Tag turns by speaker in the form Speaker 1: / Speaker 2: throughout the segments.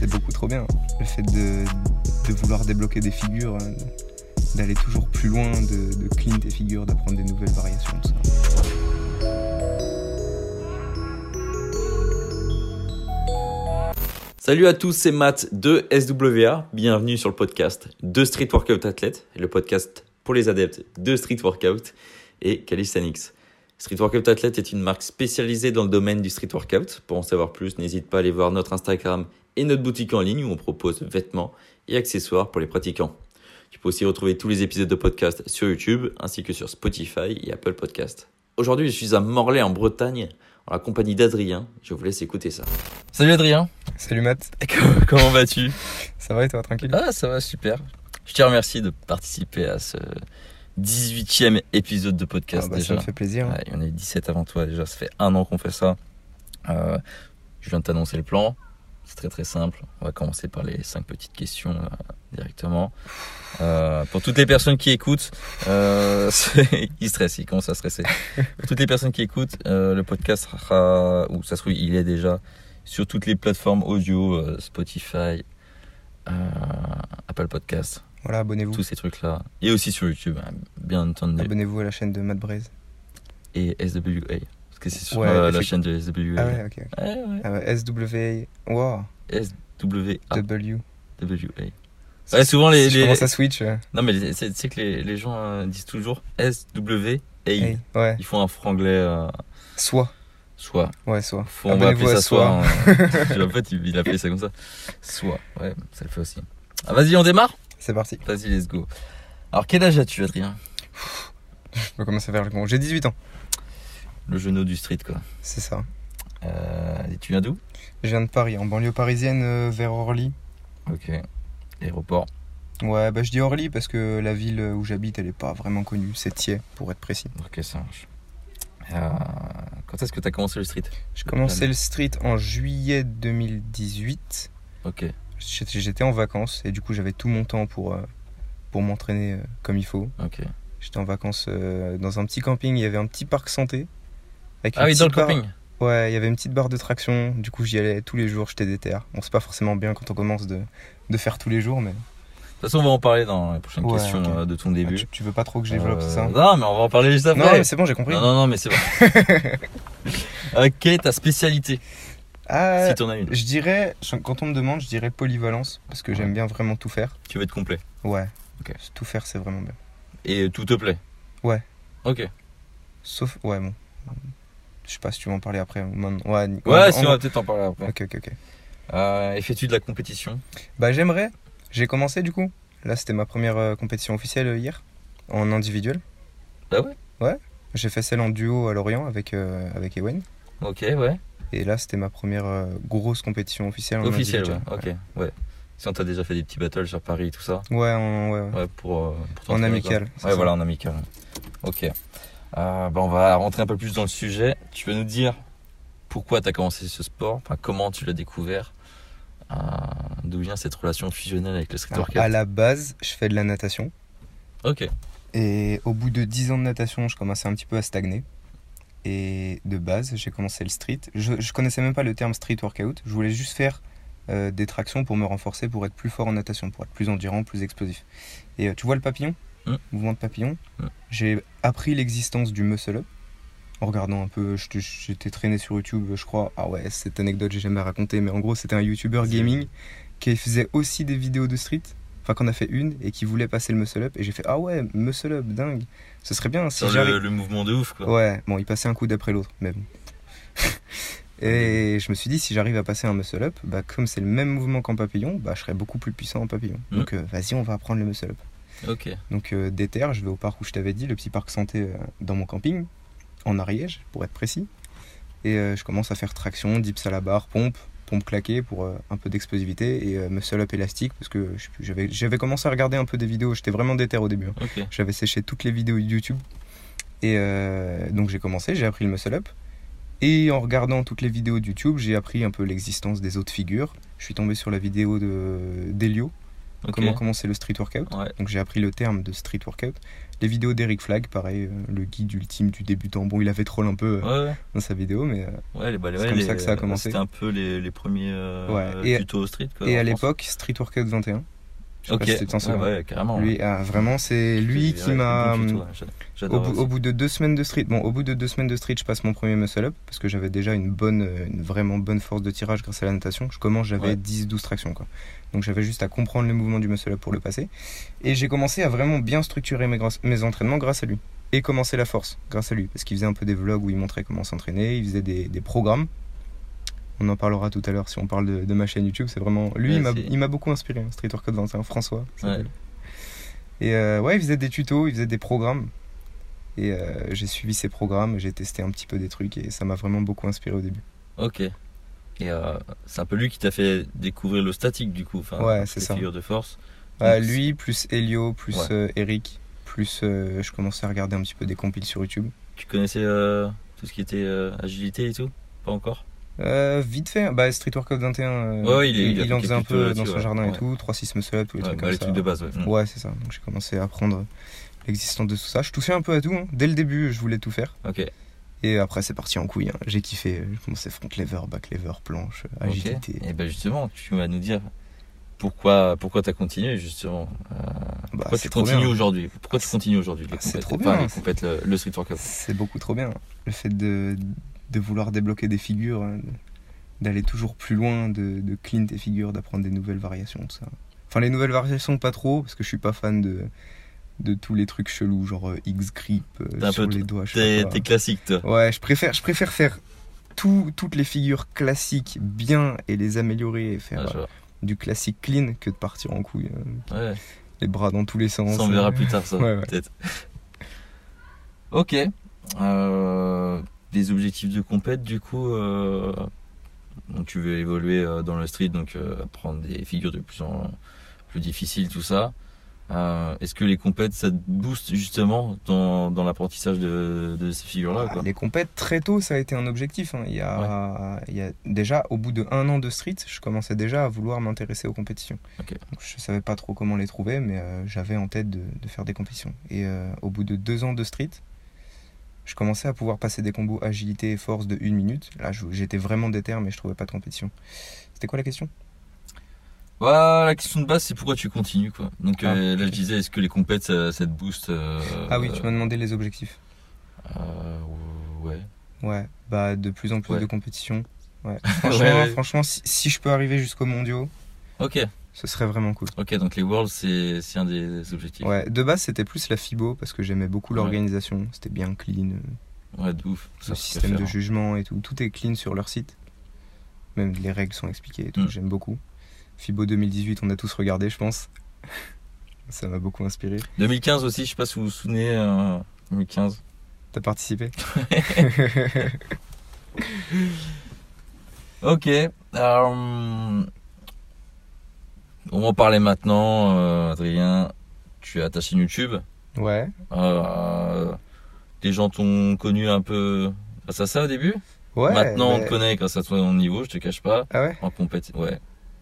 Speaker 1: c'est beaucoup trop bien. Le fait de, de vouloir débloquer des figures, euh, d'aller toujours plus loin, de, de clean tes figures, d'apprendre des nouvelles variations, tout ça.
Speaker 2: Salut à tous, c'est Matt de SWA. Bienvenue sur le podcast de Street Workout Athlète, le podcast pour les adeptes de Street Workout et Calistanix. Street Workout Athlète est une marque spécialisée dans le domaine du street workout. Pour en savoir plus, n'hésite pas à aller voir notre Instagram et notre boutique en ligne où on propose vêtements et accessoires pour les pratiquants. Tu peux aussi retrouver tous les épisodes de podcast sur YouTube ainsi que sur Spotify et Apple Podcast. Aujourd'hui, je suis à Morlaix en Bretagne en la compagnie d'Adrien. Je vous laisse écouter ça.
Speaker 3: Salut Adrien,
Speaker 1: Salut Matt,
Speaker 3: comment vas-tu
Speaker 1: ça va et toi, tranquille
Speaker 3: Ah ça va super. Je te remercie de participer à ce 18e épisode de podcast
Speaker 1: Ah bah, Ça
Speaker 3: déjà.
Speaker 1: me fait plaisir.
Speaker 3: Ouais, il y en a eu 17 avant toi déjà, ça fait un an qu'on fait ça. Euh, je viens de t'annoncer le plan, c'est très très simple. On va commencer par les 5 petites questions euh, directement. Euh, pour toutes les personnes qui écoutent, euh, c'est- il stresse, il commence à stresser. Pour toutes les personnes qui écoutent, euh, le podcast sera, ou ça se trouve, il est déjà sur toutes les plateformes audio, euh, Spotify, euh, Apple Podcast,
Speaker 1: Voilà, abonnez-vous.
Speaker 3: tous ces trucs-là. Et aussi sur YouTube, hein, bien entendu
Speaker 1: Abonnez-vous à la chaîne de Matt Braise.
Speaker 3: et SWA. Parce que c'est sur
Speaker 1: Ouais,
Speaker 3: euh, la
Speaker 1: effect-
Speaker 3: chaîne de SWA.
Speaker 1: Ah ouais, ok. ok.
Speaker 3: Ouais, Eh ouais.
Speaker 1: Ah ouais, SWA. Wow,
Speaker 3: SWA.
Speaker 1: W.
Speaker 3: WA. Ouais, souvent Ah. les.
Speaker 1: Je
Speaker 3: les-
Speaker 1: commence à switch. euh,
Speaker 3: Non, mais les- c'est- tu sais que les, les gens euh, disent toujours SWA.
Speaker 1: hey. Ouais,
Speaker 3: Ils font un franglais euh,
Speaker 1: soit.
Speaker 3: soit.
Speaker 1: Ouais, soit.
Speaker 3: Faut- on va appeler
Speaker 1: Abonnez-vous à
Speaker 3: ça soit. hein. en fait, il, il appelait ça comme ça. Soit. Ouais, ça le fait aussi. Ah, vas-y, on démarre
Speaker 1: C'est parti.
Speaker 3: Vas-y, let's go. Alors, quel âge as-tu, Adrien
Speaker 1: Je peux commencer à faire le con. J'ai 18 ans.
Speaker 3: Le genou du street, quoi.
Speaker 1: C'est ça.
Speaker 3: Euh, et tu viens d'où
Speaker 1: Je viens de Paris, en banlieue parisienne, euh, vers Orly.
Speaker 3: Ok. Aéroport.
Speaker 1: Ouais, bah je dis Orly parce que la ville où j'habite, elle est pas vraiment connue. C'est Thiers, pour être précis.
Speaker 3: Ok, ça marche. Euh, quand est-ce que tu as commencé le street
Speaker 1: J'ai commencé le street en juillet 2018.
Speaker 3: Ok.
Speaker 1: J'étais j'étais en vacances et du coup, j'avais tout mon temps pour, euh, pour m'entraîner euh, comme il faut.
Speaker 3: Ok.
Speaker 1: J'étais en vacances euh, dans un petit camping, il y avait un petit parc santé. avec
Speaker 3: Ah
Speaker 1: une
Speaker 3: oui, dans le
Speaker 1: petite barre-
Speaker 3: camping.
Speaker 1: Ouais, il y avait une petite barre de traction. Du coup, j'y allais tous les jours, j'étais déter. On sait pas forcément bien quand on commence de, de faire tous les jours, mais
Speaker 3: De toute façon, on va en parler dans la prochaine
Speaker 1: Ouais,
Speaker 3: question
Speaker 1: ok.
Speaker 3: euh, de ton
Speaker 1: Ah,
Speaker 3: début.
Speaker 1: tu, tu veux pas trop que je développe
Speaker 3: Euh,
Speaker 1: ça
Speaker 3: Non, mais on va en parler juste
Speaker 1: Non,
Speaker 3: après.
Speaker 1: mais c'est bon, j'ai compris.
Speaker 3: non, non, non, mais c'est bon. ok, ta spécialité,
Speaker 1: Ah,
Speaker 3: si t'en as une.
Speaker 1: Je dirais, je- quand on me demande, je dirais polyvalence, parce que
Speaker 3: Ouais.
Speaker 1: j'aime bien vraiment tout faire.
Speaker 3: Tu veux être complet.
Speaker 1: Ouais.
Speaker 3: Ok.
Speaker 1: Tout faire, c'est vraiment bien.
Speaker 3: Et tout te plaît.
Speaker 1: Ouais.
Speaker 3: Ok.
Speaker 1: Sauf, ouais, bon. Je sais pas si tu veux en parler après. ou maintenant. Ouais, ni-
Speaker 3: Ouais,
Speaker 1: en-
Speaker 3: si on
Speaker 1: en-
Speaker 3: va peut-être en parler après.
Speaker 1: Ok, ok, ok.
Speaker 3: Euh, et fais-tu de la compétition
Speaker 1: Bah, j'aimerais. J'ai commencé du coup. Là, c'était ma première euh, compétition officielle euh, hier, en individuel.
Speaker 3: Ah ouais
Speaker 1: Ouais. J'ai fait celle en duo à Lorient avec, euh, avec Ewen.
Speaker 3: Ok, ouais.
Speaker 1: Et là, c'était ma première euh, grosse compétition officielle en
Speaker 3: Officiel, ouais.
Speaker 1: individuel.
Speaker 3: Ok, ouais. Si on t'a déjà fait des petits battles sur Paris, tout ça.
Speaker 1: Ouais, en- ouais, ouais.
Speaker 3: Ouais, pour, euh, pour
Speaker 1: En
Speaker 3: t'entraîner,
Speaker 1: amical. c'est
Speaker 3: quoi. Ouais,
Speaker 1: ça.
Speaker 3: voilà, en amical. Ok. Euh, bah, on va rentrer un peu plus dans le sujet. Tu veux nous dire pourquoi tu as commencé ce sport, enfin, comment tu l'as découvert, euh, d'où vient cette relation fusionnelle avec le street
Speaker 1: Alors,
Speaker 3: workout
Speaker 1: à la base, je fais de la natation.
Speaker 3: Ok,
Speaker 1: Et au bout de 10 ans de natation, je commençais un petit peu à stagner. Et de base, j'ai commencé le street. Je, je connaissais même pas le terme street workout. Je voulais juste faire euh, des tractions pour me renforcer, pour être plus fort en natation, pour être plus endurant, plus explosif. Et euh, tu vois le papillon
Speaker 3: Mm.
Speaker 1: Mouvement de papillon
Speaker 3: Mm.
Speaker 1: J'ai appris l'existence du muscle up en regardant un peu. je te- J'étais traîné sur YouTube, je crois. Ah ouais, cette anecdote, j'ai jamais raconté. Mais en gros, c'était un YouTuber gaming qui faisait aussi des vidéos de street enfin qu'on a fait une et qui voulait passer le muscle up et j'ai fait ah ouais muscle up dingue ce serait bien si
Speaker 3: Sur
Speaker 1: j'arrive
Speaker 3: le, le mouvement de ouf quoi.
Speaker 1: ouais bon il passait un coup d'après l'autre mais bon et je me suis dit si j'arrive à passer un muscle up bah comme c'est le même mouvement qu'en papillon bah je serais beaucoup plus puissant en papillon
Speaker 3: Mhm.
Speaker 1: donc euh, vas-y on va apprendre le muscle up
Speaker 3: Ok,
Speaker 1: donc euh, déter je vais au parc où je t'avais dit le petit parc santé euh, dans mon camping en Ariège pour être précis et euh, je commence à faire traction dips à la barre pompe pompe claquée pour euh, un peu d'explosivité et euh, muscle up élastique parce que je sais plus, j'avais j'avais commencé à regarder un peu des vidéos j'étais vraiment déter au début hein.
Speaker 3: ok.
Speaker 1: j'avais séché toutes les vidéos YouTube. Et euh, donc j'ai commencé, j'ai appris le muscle up. Et en regardant toutes les vidéos de YouTube, j'ai appris un peu l'existence des autres figures. Je suis tombé sur la vidéo de d'Elio,
Speaker 3: Ok.
Speaker 1: comment commencer le street workout.
Speaker 3: Ouais.
Speaker 1: Donc j'ai appris le terme de street workout. Les vidéos d'Eric Flag, pareil, euh, le guide ultime du débutant. Bon, il avait troll un peu euh,
Speaker 3: Ouais,
Speaker 1: dans sa vidéo, mais. euh,
Speaker 3: ouais, les, bah,
Speaker 1: C'est
Speaker 3: ouais,
Speaker 1: comme
Speaker 3: les-
Speaker 1: ça que ça a commencé.
Speaker 3: C'était un peu les, les premiers euh,
Speaker 1: Ouais, et-
Speaker 3: tutos au street. Quoi,
Speaker 1: Et
Speaker 3: en
Speaker 1: à
Speaker 3: France.
Speaker 1: l'époque, Street Workout 21. Je sais
Speaker 3: ok,
Speaker 1: pas si tu t'en souviens.
Speaker 3: ouais, ouais, carrément. ouais.
Speaker 1: Lui, ah, vraiment, c'est lui
Speaker 3: Ouais,
Speaker 1: qui
Speaker 3: les
Speaker 1: m'a. hum,
Speaker 3: bons tutos, ouais, j'a-
Speaker 1: Au,
Speaker 3: J'adore.
Speaker 1: bout-
Speaker 3: aussi.
Speaker 1: au bout de deux semaines de street, bon, au bout de deux semaines de street, je passe mon premier muscle up parce que j'avais déjà une bonne, euh, une vraiment bonne force de tirage grâce à la natation. Je commence, j'avais
Speaker 3: Ouais.
Speaker 1: 10-12 tractions quoi. Donc j'avais juste à comprendre le mouvement du muscle up pour le passer. Et j'ai commencé à vraiment bien structurer mes, grâce- mes entraînements grâce à lui. Et commencer la force grâce à lui parce qu'il faisait un peu des vlogs où il montrait comment s'entraîner, il faisait des, des programmes. On en parlera tout à l'heure si on parle de, de ma chaîne YouTube. C'est vraiment lui,
Speaker 3: Ouais,
Speaker 1: il m'a-
Speaker 3: c'est-
Speaker 1: il m'a beaucoup inspiré. hein, Street Workout 21, François. ça
Speaker 3: Ouais.
Speaker 1: s'appelle. Et euh, ouais, il faisait des tutos, il faisait des programmes. Et euh, j'ai suivi ses programmes, j'ai testé un petit peu des trucs et ça m'a vraiment beaucoup inspiré au début.
Speaker 3: Ok. Et euh, c'est un peu lui qui t'a fait découvrir le statique du coup. Enfin,
Speaker 1: Ouais,
Speaker 3: les
Speaker 1: c'est ça.
Speaker 3: figures de force.
Speaker 1: Euh,
Speaker 3: Donc,
Speaker 1: lui, plus Elio, plus
Speaker 3: Ouais.
Speaker 1: euh, Eric, plus euh, je commençais à regarder un petit peu des compiles sur YouTube.
Speaker 3: Tu connaissais euh, tout ce qui était euh, agilité et tout Pas encore
Speaker 1: Euh, vite fait, bah, Street Workout 21, euh,
Speaker 3: Ouais, ouais, il est- il a fait
Speaker 1: en
Speaker 3: quelques
Speaker 1: faisait un
Speaker 3: tutos
Speaker 1: peu
Speaker 3: là-dessus,
Speaker 1: dans son
Speaker 3: ouais.
Speaker 1: jardin
Speaker 3: Ouais.
Speaker 1: et tout, 3-6 muscle up, tous les
Speaker 3: Ouais,
Speaker 1: trucs
Speaker 3: bah,
Speaker 1: comme
Speaker 3: Les
Speaker 1: ça.
Speaker 3: trucs de base, ouais. Mm.
Speaker 1: Ouais, c'est ça. Donc j'ai commencé à apprendre l'existence de tout ça. Je touchais un peu à tout. hein. Dès le début, je voulais tout faire.
Speaker 3: Ok.
Speaker 1: Et après, c'est parti en couille. hein. J'ai kiffé. J'ai commencé front lever, back lever, planche, euh, agilité.
Speaker 3: Et ben justement, tu vas nous dire pourquoi pourquoi t'as continué justement. euh,
Speaker 1: Bah,
Speaker 3: pourquoi
Speaker 1: c'est
Speaker 3: tu
Speaker 1: trop
Speaker 3: continues
Speaker 1: bien.
Speaker 3: aujourd'hui Pourquoi tu
Speaker 1: c'est-
Speaker 3: continues aujourd'hui
Speaker 1: Ah,
Speaker 3: les
Speaker 1: c'est
Speaker 3: compètes-
Speaker 1: trop
Speaker 3: enfin,
Speaker 1: bien.
Speaker 3: les compètes, le, le street workout.
Speaker 1: C'est beaucoup trop bien. Le fait de, de vouloir débloquer des figures, hein, de- d'aller toujours plus loin, de, de clean tes figures, d'apprendre des nouvelles variations, tout ça. Enfin, les nouvelles variations, pas trop, parce que je suis pas fan de, de tous les trucs chelous, genre euh, X-grip, euh,
Speaker 3: T'es un
Speaker 1: sur
Speaker 3: peu-
Speaker 1: les doigts. je sais
Speaker 3: T'es
Speaker 1: pas quoi.
Speaker 3: t'es classique toi.
Speaker 1: Ouais, je préfère, je préfère faire tout- toutes les figures classiques bien et les améliorer et faire
Speaker 3: Ouais, Ah, je
Speaker 1: euh,
Speaker 3: vois.
Speaker 1: du classique clean que de partir en couille. euh,
Speaker 3: Ouais.
Speaker 1: les bras dans tous les sens. euh,
Speaker 3: Ça, on verra plus tard, ça,
Speaker 1: Ouais, ouais.
Speaker 3: peut-être. Ok. Euh, des objectifs de compète, du coup. euh, donc tu veux évoluer euh, dans le street, donc euh, prendre des figures de plus en plus difficiles, tout ça. Euh, Est-ce que les compètes, ça te booste justement dans, dans l'apprentissage de, de ces figures-là
Speaker 1: Ah,
Speaker 3: quoi
Speaker 1: les compètes, très tôt, ça a été un objectif. hein. Il, y a, il y a déjà, au bout de un an de street, je commençais déjà à vouloir m'intéresser aux compétitions.
Speaker 3: Ok.
Speaker 1: Donc, je savais pas trop comment les trouver, mais euh, j'avais en tête de, de faire des compétitions. Et euh, au bout de deux ans de street, je commençais à pouvoir passer des combos agilité et force de une minute. Là, je- j'étais vraiment déter, mais je trouvais pas de compétition. C'était quoi la question
Speaker 3: Bah, La question de base, c'est pourquoi tu continues, quoi. Donc
Speaker 1: Ah,
Speaker 3: euh, là,
Speaker 1: ok.
Speaker 3: je disais, est-ce que les compètes, ça, ça te booste euh,
Speaker 1: Ah oui, tu m'as demandé les objectifs.
Speaker 3: euh, ouais.
Speaker 1: Ouais, bah de plus en plus
Speaker 3: Ouais.
Speaker 1: de compétitions. Ouais. Franchement,
Speaker 3: ouais.
Speaker 1: franchement si, si je peux arriver jusqu'aux mondiaux,
Speaker 3: Ok.
Speaker 1: ce serait vraiment cool.
Speaker 3: Ok, donc les Worlds, c'est c'est un des objectifs.
Speaker 1: Ouais, de base, c'était plus la FIBO parce que j'aimais beaucoup
Speaker 3: Ouais.
Speaker 1: l'organisation. C'était bien clean, euh,
Speaker 3: Ouais, de ouf.
Speaker 1: le
Speaker 3: Ça, c'est
Speaker 1: système de
Speaker 3: différent.
Speaker 1: jugement et tout. Tout est clean sur leur site. Même les règles sont expliquées et tout.
Speaker 3: Mm.
Speaker 1: J'aime beaucoup. FIBO 2018, on a tous regardé, je pense. Ça m'a beaucoup inspiré.
Speaker 3: hein. 2015 aussi, je sais pas si vous vous souvenez. euh, 2015.
Speaker 1: T'as participé
Speaker 3: Ok. euh, on va en parler maintenant, euh, Adrien. Tu as ta chaîne YouTube.
Speaker 1: Ouais.
Speaker 3: Euh, les gens t'ont connu un peu grâce à ça au début.
Speaker 1: Ouais.
Speaker 3: maintenant, on
Speaker 1: mais-
Speaker 3: te connaît grâce à ton niveau, je te cache pas.
Speaker 1: Ah ouais
Speaker 3: En compète, ouais.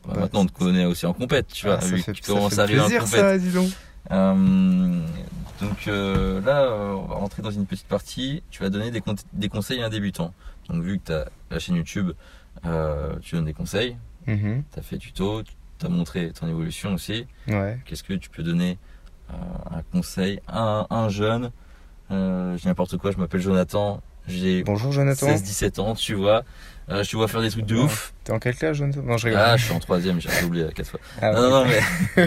Speaker 3: Bah,
Speaker 1: Bah,
Speaker 3: maintenant, on te connaît aussi en compète, tu vois.
Speaker 1: Ah, ça
Speaker 3: vu que
Speaker 1: fait,
Speaker 3: tu
Speaker 1: ça
Speaker 3: commences
Speaker 1: fait
Speaker 3: à arriver en
Speaker 1: plaisir,
Speaker 3: compète.
Speaker 1: ça, dis donc.
Speaker 3: Euh, donc euh, là, euh, on va rentrer dans une petite partie. Tu vas donner des, con- des conseils à un débutant. Donc vu que tu as la chaîne YouTube, euh, tu donnes des conseils,
Speaker 1: Mhm.
Speaker 3: tu as fait tuto, tu as montré ton évolution aussi.
Speaker 1: Ouais.
Speaker 3: Qu'est-ce que tu peux donner euh, un conseil à un, un jeune euh, Je dis n'importe quoi, je m'appelle Jonathan, j'ai
Speaker 1: Bonjour, Jonathan.
Speaker 3: 16-17 ans, tu vois. Euh, je te vois faire des trucs de
Speaker 1: Ouais.
Speaker 3: ouf.
Speaker 1: T'es en quelle classe, Jonathan Non, je rigole.
Speaker 3: Ah, je suis en troisième, j'ai doublé à quatre fois.
Speaker 1: Ah,
Speaker 3: Non,
Speaker 1: ouais.
Speaker 3: non, non, mais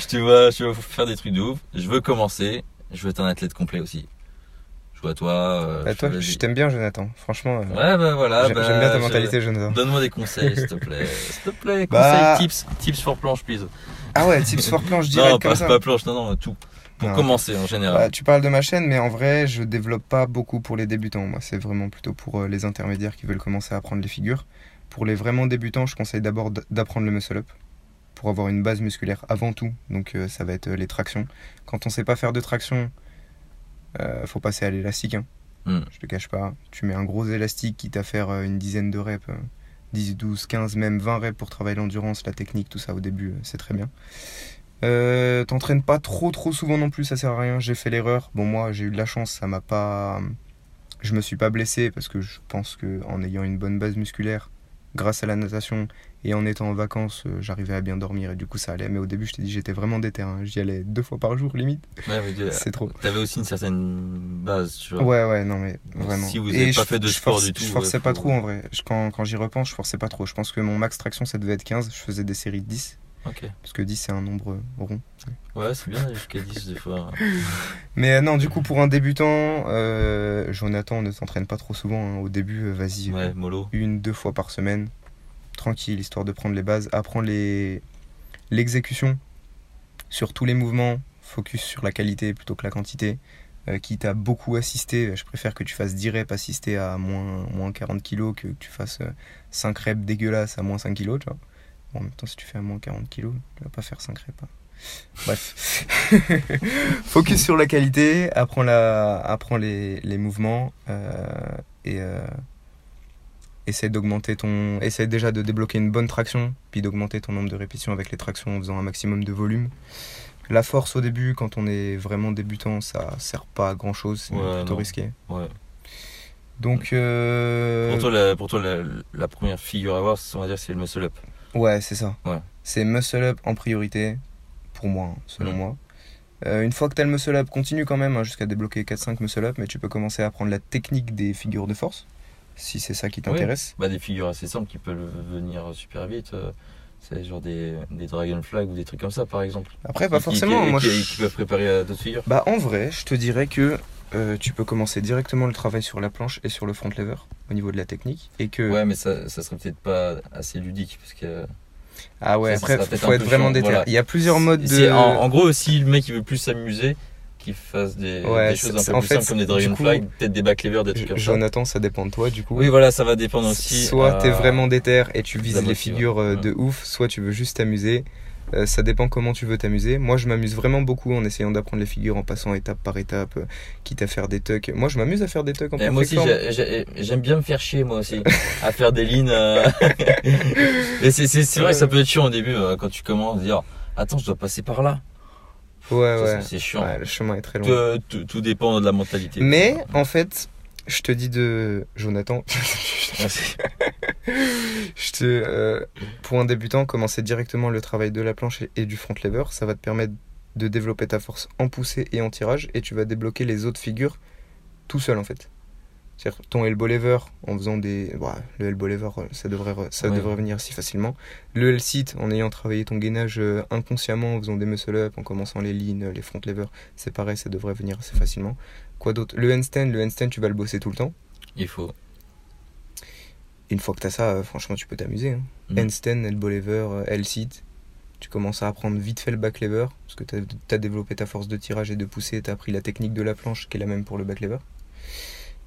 Speaker 3: je te vois, je te vois faire des trucs de ouf. Je veux commencer. Je veux être un athlète complet aussi. Je vois toi. euh,
Speaker 1: Bah,
Speaker 3: te
Speaker 1: toi,
Speaker 3: vois-
Speaker 1: je t'aime bien, Jonathan. Franchement, euh,
Speaker 3: Ouais, bah voilà.
Speaker 1: j'ai-
Speaker 3: bah,
Speaker 1: j'aime bien ta
Speaker 3: je-
Speaker 1: mentalité, Jonathan.
Speaker 3: Donne-moi des conseils, s'il te plaît. S'il te plaît, conseils,
Speaker 1: Bah.
Speaker 3: tips, tips for planche, please.
Speaker 1: Ah ouais, tips for planche direct
Speaker 3: Non,
Speaker 1: comme
Speaker 3: pas,
Speaker 1: ça.
Speaker 3: pas planche, non, non, tout. Pour
Speaker 1: Non.
Speaker 3: commencer en
Speaker 1: Bah,
Speaker 3: général.
Speaker 1: tu parles de ma chaîne, mais en vrai, je développe pas beaucoup pour les débutants. Moi, c'est vraiment plutôt pour euh, les intermédiaires qui veulent commencer à apprendre les figures. Pour les vraiment débutants, je conseille d'abord d- d'apprendre le muscle up pour avoir une base musculaire avant tout. Donc, euh, ça va être euh, les tractions. Quand on sait pas faire de traction, euh, faut passer à l'élastique. hein.
Speaker 3: Hmm.
Speaker 1: Je te cache pas. Tu mets un gros élastique, quitte à faire euh, une dizaine de reps. euh, 10, 12, 15, même 20 reps pour travailler l'endurance, la technique, tout ça au début, euh, c'est très bien. Euh, T'entraînes pas trop trop souvent non plus, ça sert à rien. J'ai fait l'erreur. Bon, moi j'ai eu de la chance, ça m'a pas. Je me suis pas blessé parce que je pense que en ayant une bonne base musculaire, grâce à la natation et en étant en vacances, euh, j'arrivais à bien dormir et du coup ça allait. Mais au début, je t'ai dit, j'étais vraiment déter. hein. J'y allais deux fois par jour limite.
Speaker 3: Ouais, mais tu-
Speaker 1: C'est trop.
Speaker 3: T'avais aussi une certaine base, tu vois.
Speaker 1: Ouais, ouais, non, mais vraiment.
Speaker 3: Si vous
Speaker 1: Et
Speaker 3: avez pas
Speaker 1: je-
Speaker 3: fait de
Speaker 1: je
Speaker 3: sport
Speaker 1: force-
Speaker 3: du tout,
Speaker 1: Je forçais
Speaker 3: ouais,
Speaker 1: pas
Speaker 3: faut-
Speaker 1: trop en vrai. Je- quand quand j'y repense, je forçais pas trop. Je pense que mon max traction, ça devait être 15. Je faisais des séries de 10.
Speaker 3: Ok.
Speaker 1: Parce que 10, c'est un nombre euh, rond.
Speaker 3: Ouais, c'est bien, jusqu'à 10 des fois.
Speaker 1: Mais euh, non, du coup, pour un débutant, euh, Jonathan, on ne s'entraîne pas trop souvent. hein. Au début, euh, vas-y, euh,
Speaker 3: Ouais, mollo.
Speaker 1: une, deux fois par semaine. Tranquille, histoire de prendre les bases. Apprends les... l'exécution sur tous les mouvements. Focus sur la qualité plutôt que la quantité. Euh, quitte à beaucoup assister, je préfère que tu fasses 10 reps assistés à moins, moins 40 kg que tu fasses euh, 5 reps dégueulasses à moins 5 kg. Tu vois. Bon, en même temps, si tu fais à moins 40 kg, tu vas pas faire 5 reps. hein. Bref. Focus sur la qualité, apprends, la, apprends les, les mouvements euh, et euh, essaie d'augmenter ton. Essaie déjà de débloquer une bonne traction, puis d'augmenter ton nombre de répétitions avec les tractions en faisant un maximum de volume. La force au début, quand on est vraiment débutant, ça sert pas à grand chose, c'est même
Speaker 3: Ouais,
Speaker 1: plutôt
Speaker 3: non.
Speaker 1: risqué.
Speaker 3: Ouais.
Speaker 1: Donc. euh,
Speaker 3: Pour toi, la, pour toi la, la première figure à voir, c'est- on va dire, c'est le muscle up.
Speaker 1: Ouais, c'est ça.
Speaker 3: Ouais.
Speaker 1: C'est muscle up en priorité, pour moi, hein, selon
Speaker 3: Mm.
Speaker 1: moi. Euh, une fois que t'as le muscle up, continue quand même hein, jusqu'à débloquer 4-5 muscle up, mais tu peux commencer à apprendre la technique des figures de force, si c'est ça qui t'intéresse.
Speaker 3: Bah, des figures assez simples qui peuvent venir super vite. euh, C'est genre des, des dragon flags ou des trucs comme ça, par exemple.
Speaker 1: Après, pas
Speaker 3: Qui-
Speaker 1: Ah,
Speaker 3: qui-
Speaker 1: bah, forcément.
Speaker 3: Qui,
Speaker 1: moi,
Speaker 3: qui-
Speaker 1: je-
Speaker 3: qui peuvent préparer à d'autres figures.
Speaker 1: Bah, en vrai, je te dirais que euh, tu peux commencer directement le travail sur la planche et sur le front lever au niveau de la technique. Et que.
Speaker 3: Ouais, mais ça, ça serait peut-être pas assez ludique. Parce que,
Speaker 1: ah ouais,
Speaker 3: ça, ça
Speaker 1: après,
Speaker 3: sera
Speaker 1: faut,
Speaker 3: peut-être
Speaker 1: faut
Speaker 3: un
Speaker 1: être
Speaker 3: peu
Speaker 1: vraiment
Speaker 3: chiant,
Speaker 1: déter.
Speaker 3: voilà.
Speaker 1: Il y a plusieurs modes
Speaker 3: C'est-
Speaker 1: de.
Speaker 3: En, en gros, si le mec il veut plus s'amuser, qu'il fasse des,
Speaker 1: Ouais,
Speaker 3: des choses
Speaker 1: c'est-
Speaker 3: un peu
Speaker 1: en
Speaker 3: plus
Speaker 1: fait,
Speaker 3: simples comme des
Speaker 1: du
Speaker 3: dragon
Speaker 1: coup,
Speaker 3: flags, peut-être des back levers, des trucs comme ça.
Speaker 1: Jonathan, ça dépend de toi, du coup.
Speaker 3: Oui, voilà, ça va dépendre aussi.
Speaker 1: Soit
Speaker 3: euh,
Speaker 1: t'es vraiment déter et tu vises
Speaker 3: la
Speaker 1: les
Speaker 3: motivation,
Speaker 1: figures euh, de ouf, soit tu veux juste t'amuser. Euh, ça dépend comment tu veux t'amuser. Moi, je m'amuse vraiment beaucoup en essayant d'apprendre les figures en passant étape par étape, euh, quitte à faire des tucks. Moi, je m'amuse à faire des tucks en
Speaker 3: Eh, moi aussi,
Speaker 1: perfect form.
Speaker 3: j'ai- j'ai- j'aime bien me faire chier, moi aussi, à faire des lignes. euh, Et c'est- c'est c'est vrai que ça peut être chiant au début euh, quand tu commences à dire Attends, je dois passer par là.
Speaker 1: Ouais,
Speaker 3: Ça,
Speaker 1: ouais.
Speaker 3: c'est- C'est chiant.
Speaker 1: Ouais, le chemin est très long.
Speaker 3: Tout, euh, tout, tout dépend de la mentalité.
Speaker 1: Mais en fait, je te dis de Jonathan,
Speaker 3: Merci.
Speaker 1: je te, euh, pour un débutant, commencer directement le travail de la planche et, et du front lever. Ça va te permettre de développer ta force en poussée et en tirage, et tu vas débloquer les autres figures tout seul en fait. C'est-à-dire ton elbow lever en faisant des. Bah, le elbow lever, euh, ça devrait, re- ça
Speaker 3: Ouais.
Speaker 1: devrait venir si facilement. Le L-sit en ayant travaillé ton gainage euh, inconsciemment, en faisant des muscle up, en commençant les lignes, les front lever, c'est pareil, ça devrait venir assez facilement. Quoi d'autre Le handstand, le handstand, tu vas le bosser tout le temps.
Speaker 3: Il faut.
Speaker 1: Une fois que t'as ça, euh, franchement, tu peux t'amuser. Hein.
Speaker 3: Mm.
Speaker 1: Handstand, elbow lever, euh, L-sit. Tu commences à apprendre vite fait le back lever, parce que t'as as développé ta force de tirage et de poussée, t'as appris la technique de la planche, qui est la même pour le back lever.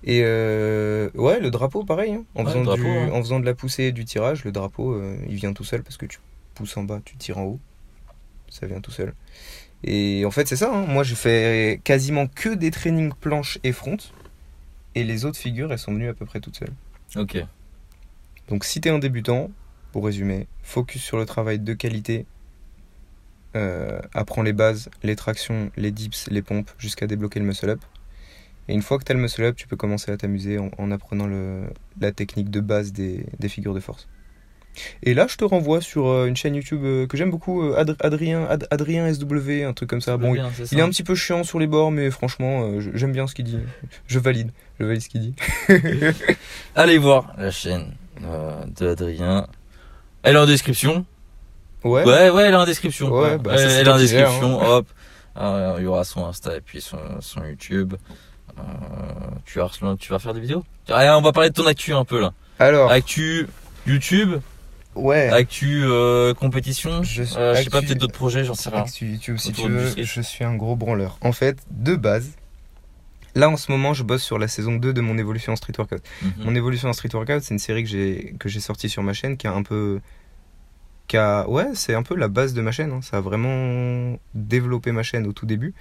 Speaker 1: Et euh, ouais, le drapeau, pareil. hein. En,
Speaker 3: Ouais,
Speaker 1: faisant
Speaker 3: le drapeau,
Speaker 1: du-
Speaker 3: ouais.
Speaker 1: en faisant de la poussée et du tirage, le drapeau, euh, il vient tout seul, parce que tu pousses en bas, tu tires en haut. Ça vient tout seul. Et en fait, c'est ça. hein. Moi, j'ai fait quasiment que des trainings planche et front. Et les autres figures, elles sont venues à peu près toutes seules.
Speaker 3: Ok.
Speaker 1: Donc si t'es un débutant, pour résumer, focus sur le travail de qualité, euh, apprends les bases, les tractions, les dips, les pompes, jusqu'à débloquer le muscle up. Et une fois que t'as le muscle up, tu peux commencer à t'amuser en, en apprenant le- la technique de base des, des figures de force. Et là, je te renvoie sur euh, une chaîne YouTube euh, que j'aime beaucoup, euh, Ad- Adrien, Ad- Adrien SW, un truc comme ça. Ah Bon,
Speaker 3: Bien, c'est ça.
Speaker 1: il est un petit peu chiant sur les bords, mais franchement, euh, je- j'aime bien ce qu'il dit. Je valide, je valide ce qu'il dit.
Speaker 3: Allez voir la chaîne euh, de Adrien. Elle est en description.
Speaker 1: Ouais,
Speaker 3: Ouais, ouais, elle est en description.
Speaker 1: Ouais, bah, ça,
Speaker 3: elle,
Speaker 1: c'est hein.
Speaker 3: elle est en
Speaker 1: toi qui gères,
Speaker 3: description. Hop. Alors, il y aura son Insta et puis son, son YouTube. Euh, tu, as, tu vas faire des vidéos Allez, on va parler de ton actu un peu là.
Speaker 1: alors,
Speaker 3: Actu YouTube,
Speaker 1: Oh. ouais.
Speaker 3: actu euh, compétition.
Speaker 1: Je suis-
Speaker 3: Euh, je sais pas,
Speaker 1: actu-
Speaker 3: peut-être d'autres projets, j'en sais
Speaker 1: Et
Speaker 3: rien.
Speaker 1: que sur YouTube, si
Speaker 3: Autour
Speaker 1: tu
Speaker 3: du
Speaker 1: veux,
Speaker 3: skate.
Speaker 1: je suis un gros branleur. En fait, de base, là en ce moment, je bosse sur la saison 2 de mon évolution en street workout.
Speaker 3: Mhm.
Speaker 1: Mon évolution en street workout, c'est une série que j'ai que j'ai sortie sur ma chaîne qui a un peu qui a- ouais, c'est un peu la base de ma chaîne, hein. ça a vraiment développé ma chaîne au tout début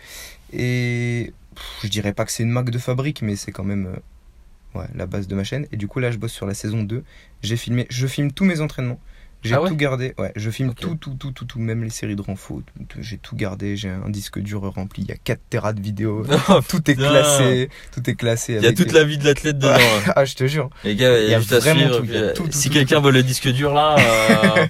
Speaker 1: et pff, je dirais pas que c'est une marque de fabrique mais c'est quand même euh, ouais, la base de ma chaîne. Et du coup, là, je bosse sur la saison 2. J'ai filmé, je filme tous mes entraînements. J'ai
Speaker 3: Ah ouais
Speaker 1: tout gardé, ouais, je filme
Speaker 3: Ok.
Speaker 1: tout, tout, tout, tout, tout, même les séries de renfo. tout, tout, J'ai tout gardé, j'ai un disque dur rempli, il y a 4 terras de vidéos. Tout est
Speaker 3: Ah, putain.
Speaker 1: classé, tout est classé.
Speaker 3: Il y a
Speaker 1: avec
Speaker 3: toute
Speaker 1: des-
Speaker 3: la vie de l'athlète dedans. ouais.
Speaker 1: Ah, je te jure.
Speaker 3: Les gars, il y a juste à
Speaker 1: vraiment
Speaker 3: suivre.
Speaker 1: tout, il y a
Speaker 3: puis, euh,
Speaker 1: tout, tout,
Speaker 3: si
Speaker 1: tout,
Speaker 3: quelqu'un veut le disque dur là, euh,